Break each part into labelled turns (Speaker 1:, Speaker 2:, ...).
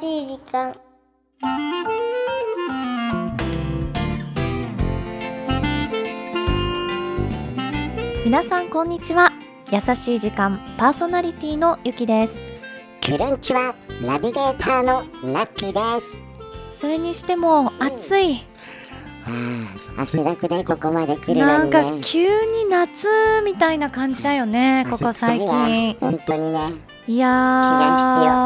Speaker 1: しい時間
Speaker 2: 皆さんこんにちは優しい時間パーソナリティのゆきです
Speaker 3: クランチはナビゲーターのラッキーです。
Speaker 2: それにしても暑い、
Speaker 3: はあ、汗だくでここまで来る
Speaker 2: な
Speaker 3: の
Speaker 2: ん
Speaker 3: に
Speaker 2: か
Speaker 3: ね。
Speaker 2: 急に夏みたいな感じだよねここ最近
Speaker 3: 汗臭いわ本当にね。
Speaker 2: い
Speaker 3: が必
Speaker 2: や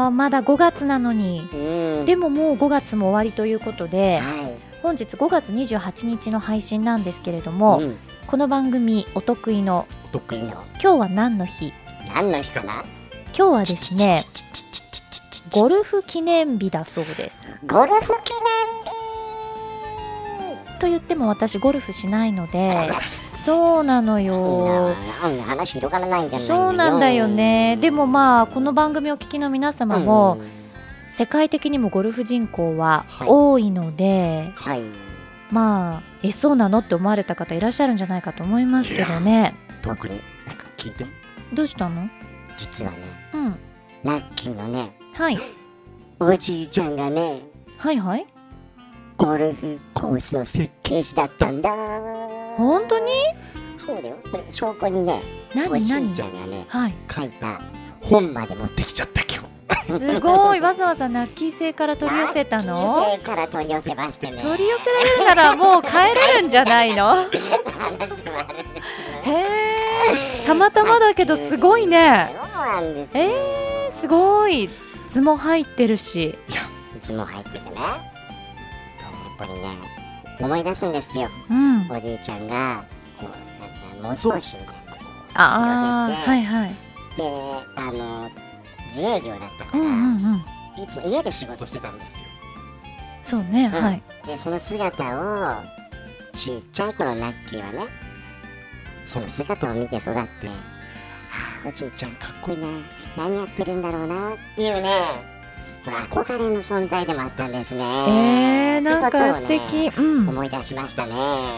Speaker 2: ーまだ5月なのに
Speaker 3: うん。
Speaker 2: でももう5月も終わりということで
Speaker 3: はい。
Speaker 2: 本日5月28日の配信なんですけれども、
Speaker 3: うん
Speaker 2: この番組お得意の
Speaker 3: お得意の
Speaker 2: 「今日は何の日?
Speaker 3: 何の日かな？」
Speaker 2: 今日はですねゴルフ記念日だそうです。
Speaker 3: ゴルフ記
Speaker 2: と言っても私ゴルフしないの
Speaker 3: 念
Speaker 2: で
Speaker 3: 日。
Speaker 2: そうなのよ。
Speaker 3: あんな話広がらないんじゃないの
Speaker 2: そうなんだよね。でもまあこの番組をお聞きの皆様も、
Speaker 3: うん
Speaker 2: 世界的にもゴルフ人口は
Speaker 3: はい
Speaker 2: 多いので、
Speaker 3: はい。
Speaker 2: まあえそうなのって思われた方いらっしゃるんじゃないかと思いますけどね。
Speaker 3: 特に聞いて。
Speaker 2: どうしたの？
Speaker 3: 実はね、
Speaker 2: うん。
Speaker 3: ラッキーのね、
Speaker 2: はい
Speaker 3: おじいちゃんがね、
Speaker 2: はいはい。
Speaker 3: ゴルフコースの設計士だったんだ。
Speaker 2: 本当に？
Speaker 3: そうだよ。これ証拠にね、お
Speaker 2: 何
Speaker 3: じい
Speaker 2: 何
Speaker 3: ち？ゃんがね、
Speaker 2: はい。
Speaker 3: 書いた本まで持ってきちゃった今日。
Speaker 2: すごいわざわざナッキー星から取り寄せたの？
Speaker 3: 学生から取り寄せましてね。
Speaker 2: 取り寄せられるならもう帰れるんじゃないの？
Speaker 3: 話してもらえるんですけど
Speaker 2: へ
Speaker 3: ね
Speaker 2: え。たまたまだけどすごいね
Speaker 3: そうなんですよ。
Speaker 2: えー、すごい図も入ってるし
Speaker 3: うちも入っててね。やっぱりね、思い出すんですよ。
Speaker 2: うん
Speaker 3: おじいちゃんが、こう、なんか、模造紙みたいなのをこう
Speaker 2: ああ
Speaker 3: 広げて
Speaker 2: はいはい
Speaker 3: で、あの、自営業だったか
Speaker 2: う
Speaker 3: ら、
Speaker 2: んうんうん
Speaker 3: いつも家で仕事してたんですよ。
Speaker 2: そうね、
Speaker 3: うん
Speaker 2: はい
Speaker 3: でその姿をちっちゃい頃ラッキーはねその姿を見て育って、はあ、おじいちゃんかっこいいな何やってるんだろうなっていうねこれ憧れの存在でもあったんですね
Speaker 2: えー、なんか
Speaker 3: っ
Speaker 2: 素
Speaker 3: てことをね
Speaker 2: 敵、うん
Speaker 3: 思い出しましたね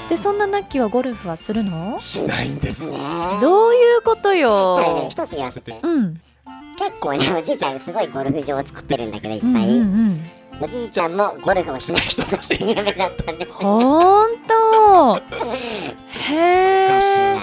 Speaker 2: でそんなナッキーはゴルフはするの
Speaker 3: しないんですね
Speaker 2: どういうこと
Speaker 3: ただね
Speaker 2: よ
Speaker 3: 一つ言わせて
Speaker 2: うん
Speaker 3: 結構ねおじいちゃんすごいゴルフ場を作ってるんだけどいっ
Speaker 2: うんう
Speaker 3: ぱい、
Speaker 2: ん
Speaker 3: おじいちゃんもゴルフをしない人として有名だったん ですよ
Speaker 2: ほんとへえ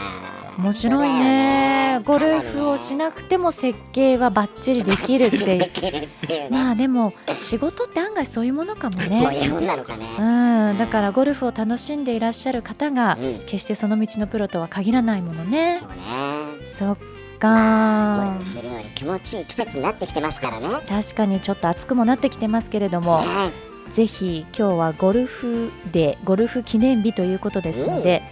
Speaker 2: 面
Speaker 3: 面
Speaker 2: 白いねゴルフをしなくても設計はバッチリできるってい
Speaker 3: で
Speaker 2: う
Speaker 3: きるっていうね。
Speaker 2: まあでも仕事って案外そういうものかもね
Speaker 3: そういうもんなのかね。
Speaker 2: うん、だからゴルフを楽しんでいらっしゃる方が
Speaker 3: うん。
Speaker 2: 決してその道のプロとは限らないものね
Speaker 3: そうね。
Speaker 2: そっ
Speaker 3: ゴ
Speaker 2: か
Speaker 3: ルフするのに気持ちいい季節になってきてますからね。ね
Speaker 2: 確かにちょっと暑くもなってきてますけれどもぜひ今日はゴルフでゴルフ記念日ということですので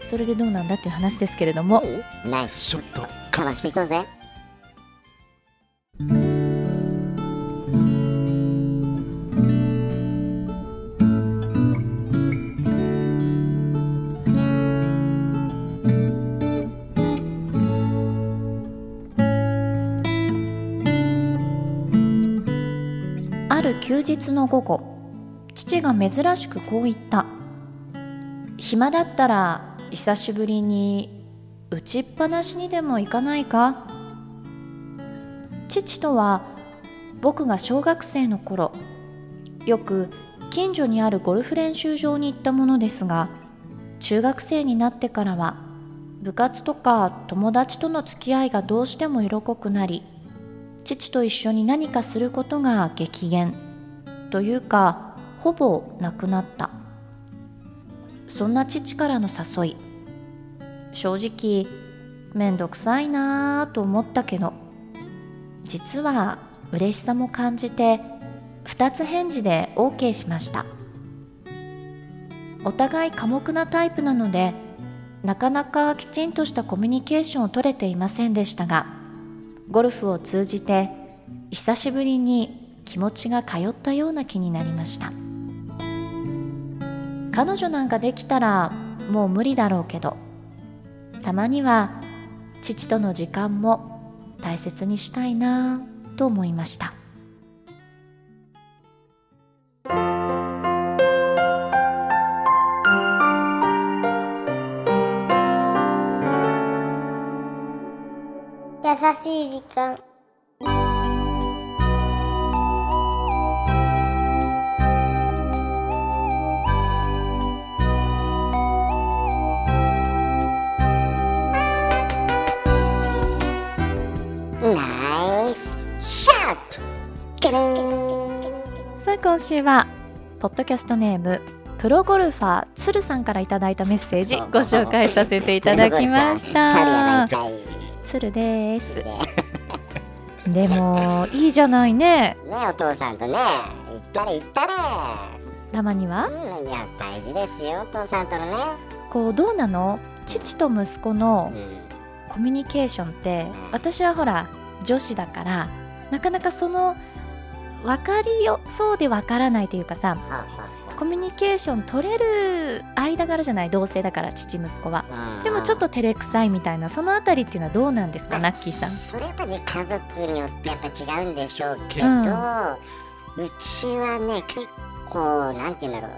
Speaker 2: それでどうなんだっていう話ですけれども
Speaker 3: うんナイスショットかわしていこうぜ。
Speaker 2: ある休日の午後父が珍しくこう言った「暇だったら久しぶりに打ちっぱなしにでも行かないか?」父とは僕が小学生の頃よく近所にあるゴルフ練習場に行ったものですが中学生になってからは部活とか友達との付き合いがどうしても色濃くなり父と一緒に何かすることが激減というかほぼなくなったそんな父からの誘い正直めんどくさいなぁと思ったけど実は嬉しさも感じて2つ返事で OK しましたお互い寡黙なタイプなのでなかなかきちんとしたコミュニケーションを取れていませんでしたがゴルフを通じて久しぶりに気持ちが通ったような気になりました彼女なんかできたらもう無理だろうけどたまには父との時間も大切にしたいなぁと思いました
Speaker 1: 優しい時間
Speaker 2: 今週はポッドキャストネームプロゴルファー鶴さんからいただいたメッセージご紹介させていただきまし
Speaker 3: 猿や ない
Speaker 2: た
Speaker 3: かい。
Speaker 2: 鶴です
Speaker 3: で
Speaker 2: で
Speaker 3: ね
Speaker 2: もいいじゃないね
Speaker 3: お父さんとね、行ったれ行ったれ。
Speaker 2: たまには
Speaker 3: うん、いや、大事ですよ、お父さんとの
Speaker 2: こうどうなの父と息子の
Speaker 3: ね。
Speaker 2: コミュニケーションって私はほら女子だからなかなかその分かりよそうで分からないというかさ
Speaker 3: うん。はあは
Speaker 2: コミュニケーション取れる間柄じゃない同性だから父息子は
Speaker 3: あはあ
Speaker 2: でもちょっと照れくさいみたいなそのあたりっていうのはどうなんですかナッキーさん
Speaker 3: それはね家族によってやっぱ違うんでしょうけど、
Speaker 2: う
Speaker 3: うんちはね結構なんて言うんだろう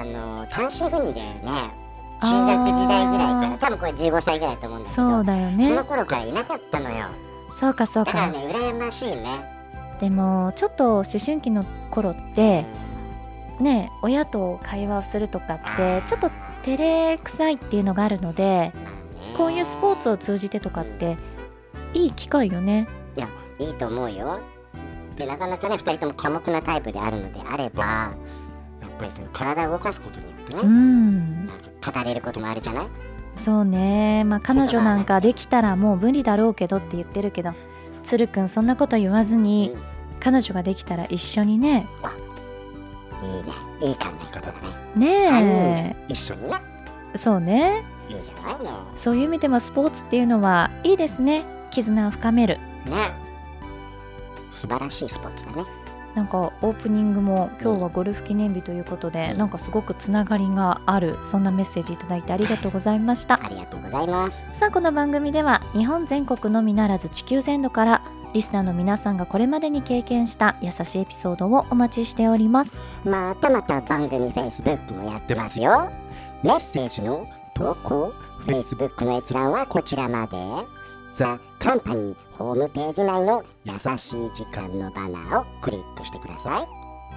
Speaker 3: あの単身赴任だよね中学時代ぐらいから多分これ15歳ぐらいだと思うんだけど
Speaker 2: そうだよ
Speaker 3: そ
Speaker 2: ね
Speaker 3: の頃からいなかったのよ
Speaker 2: そうかそう
Speaker 3: だから
Speaker 2: か
Speaker 3: ね羨ましいね、
Speaker 2: でもちょっと思春期の頃ってね親と会話をするとかってちょっと照れくさいっていうのがあるのでこういうスポーツを通じてとかっていい機会よね
Speaker 3: いいと思うよでなかなかね2人とも寡黙なタイプであるのであればやっぱりその体を動かすことによって
Speaker 2: う
Speaker 3: ね、
Speaker 2: ん
Speaker 3: なんか語れることもあるじゃない
Speaker 2: そうねまあ彼女なんかできたらもう無理だろうけどって言ってるけど鶴くんそんなこと言わずに
Speaker 3: うん
Speaker 2: 彼女ができたら一緒にね
Speaker 3: いいね。いい考え方だね。
Speaker 2: ね
Speaker 3: 一緒にな。
Speaker 2: えそうね
Speaker 3: いいじゃないの。
Speaker 2: そういう意味でもスポーツっていうのはいいですね絆を深める
Speaker 3: ね。素晴らしいスポーツだね。
Speaker 2: なんかオープニングも今日はゴルフ記念日ということで、
Speaker 3: うん
Speaker 2: なんかすごくつながりがあるそんなメッセージいただいてありがとうございました
Speaker 3: ありがとうございます。
Speaker 2: さあこの番組では日本全国のみならず地球全土からリスナーの皆さんがこれまでに経験した優しいエピソードをお待ちしております
Speaker 3: またまた番組 Facebook もやってますよ。メッセージの投稿、Facebook の閲覧はこちらまで。ザ・カンパニーホームページ内の優しい時間のバナーをクリックしてください。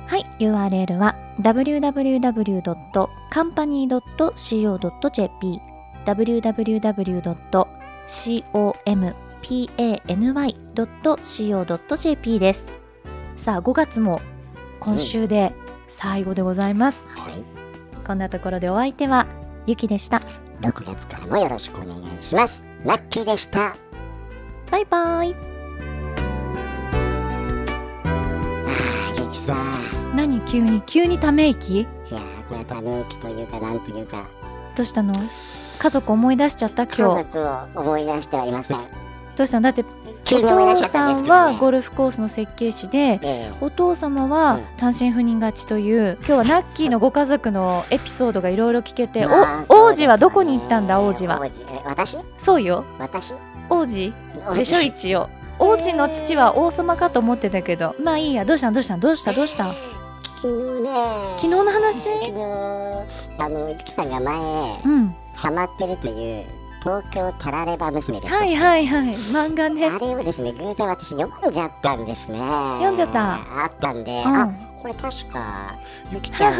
Speaker 2: はい URL は www.company.co.jp www.company.co.jp ですさあ5月も今週で最後でございます、
Speaker 3: はい。
Speaker 2: こんなところでお相手はゆきでした
Speaker 3: 6月からもよろしくお願いします。ラッキーでした。
Speaker 2: バイバイ
Speaker 3: ああ、ゆきさん。
Speaker 2: 何急に急にため息
Speaker 3: いやーこれはため息というかなんというか
Speaker 2: どうしたの家族思い出しちゃった
Speaker 3: 家
Speaker 2: 今日
Speaker 3: 族を思い出してはいません
Speaker 2: どうしたのだってお
Speaker 3: 急に思い出しち
Speaker 2: 父
Speaker 3: ゃっ
Speaker 2: さ
Speaker 3: た
Speaker 2: ん
Speaker 3: んですけど、
Speaker 2: は
Speaker 3: ね、
Speaker 2: ゴルフコースの設計士で
Speaker 3: ええ
Speaker 2: お父様は
Speaker 3: うん
Speaker 2: 単身赴任勝ちという今日はナッキーのご家族のエピソードがいろいろ聞け て
Speaker 3: まあ
Speaker 2: お
Speaker 3: そう
Speaker 2: 王
Speaker 3: ですね
Speaker 2: 子はどこに行ったんだ王子は
Speaker 3: 王子え私
Speaker 2: そうよ
Speaker 3: 私
Speaker 2: 王子
Speaker 3: 王子
Speaker 2: でしょ一応王子の父は王様かと思ってたけどまあいいやどうしたのどうしたのどうしたどうした
Speaker 3: 昨日ね
Speaker 2: 昨日の話
Speaker 3: 昨日あのゆきさんが前
Speaker 2: うん
Speaker 3: ハマってるという東京タラレバ娘でした、
Speaker 2: はいはいはい漫画ね
Speaker 3: あれをですね偶然私読んじゃったんですね
Speaker 2: 読
Speaker 3: 読
Speaker 2: んじゃった
Speaker 3: あったんで、
Speaker 2: うん
Speaker 3: あこれ確かゆきちゃん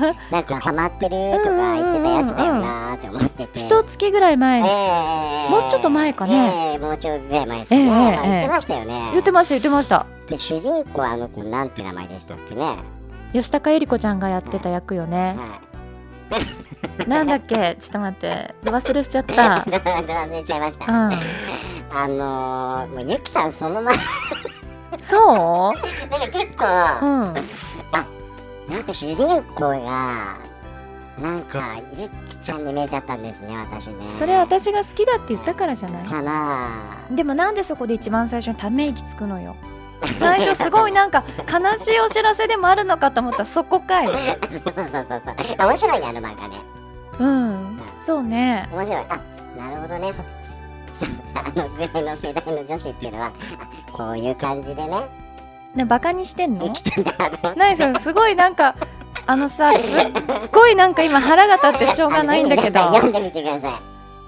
Speaker 3: がなんかハマってるとか言ってたやつだよなーって思ってて。
Speaker 2: 一月ぐらい前にも
Speaker 3: も
Speaker 2: うちょっと前かね。
Speaker 3: ええもうちょっとぐらい前ですかね。
Speaker 2: ええええ
Speaker 3: まあ言ってましたよね。
Speaker 2: 言ってました言ってました
Speaker 3: で主人公はあの子なんて名前でしたっけね。は
Speaker 2: 吉高由里子ちゃんがやってた役よねなんだっけちょっと待って忘れしちゃっ
Speaker 3: い。
Speaker 2: た
Speaker 3: 忘れちゃいました。
Speaker 2: う
Speaker 3: あのー、もうゆきさんその前
Speaker 2: んそ
Speaker 3: なんか結構、
Speaker 2: ううん
Speaker 3: なんか主人公がなんかゆきちゃんに見えちゃったんですね私ね。
Speaker 2: それ私が好きだって言ったからじゃない
Speaker 3: かなあ。
Speaker 2: でもなんでそこで一番最初にため息つくのよ最初すごいなんか悲しいお知らせでもあるのかと思ったらそこかい
Speaker 3: そうそうそうそう。まあ面白いねあの漫画ね。
Speaker 2: うんそうね
Speaker 3: 面白いあなるほどねそそあのぐらいの世代の女子っていうのは あこういう感じでね
Speaker 2: ねバカにしてん
Speaker 3: 生
Speaker 2: の
Speaker 3: きてんだなと思って
Speaker 2: 何それすごいなんかあのさすっごいなんか今腹が立ってしょうがないんだけど
Speaker 3: あのぜひ皆さん読んでみてくださ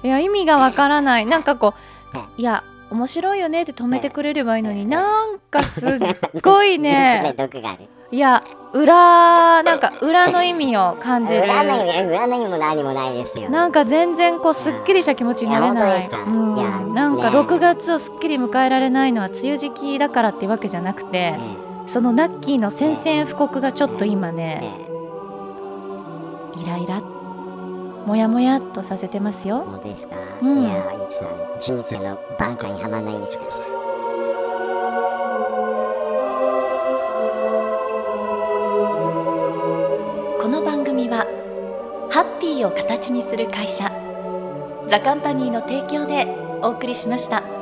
Speaker 2: いや意味がわからないなんかこう
Speaker 3: はい
Speaker 2: や面白いよねって止めてくれればいいのになんかすっごい
Speaker 3: い
Speaker 2: ね
Speaker 3: 毒がある
Speaker 2: いや裏なんか裏の意味を感じる
Speaker 3: 裏の意味裏の意味も何もないですよ
Speaker 2: なんか全然こうすっきりした気持ちになれない
Speaker 3: いや本当です
Speaker 2: う
Speaker 3: か
Speaker 2: ん
Speaker 3: いや
Speaker 2: なんか
Speaker 3: ね
Speaker 2: 6月をすっきり迎えられないのは梅雨時期だからっていうわけじゃなく
Speaker 3: う
Speaker 2: て
Speaker 3: ん
Speaker 2: そのラッキーの宣戦布告がちょっと今ね
Speaker 3: ね
Speaker 2: イライラモヤモヤっとさせてますよ
Speaker 3: 本当ですか、
Speaker 2: うん
Speaker 3: いやー、いつさん、人生の挽回にはまらないようにしてください。
Speaker 2: この番組はハッピーを形にする会社ザカンパニーの提供でお送りしました。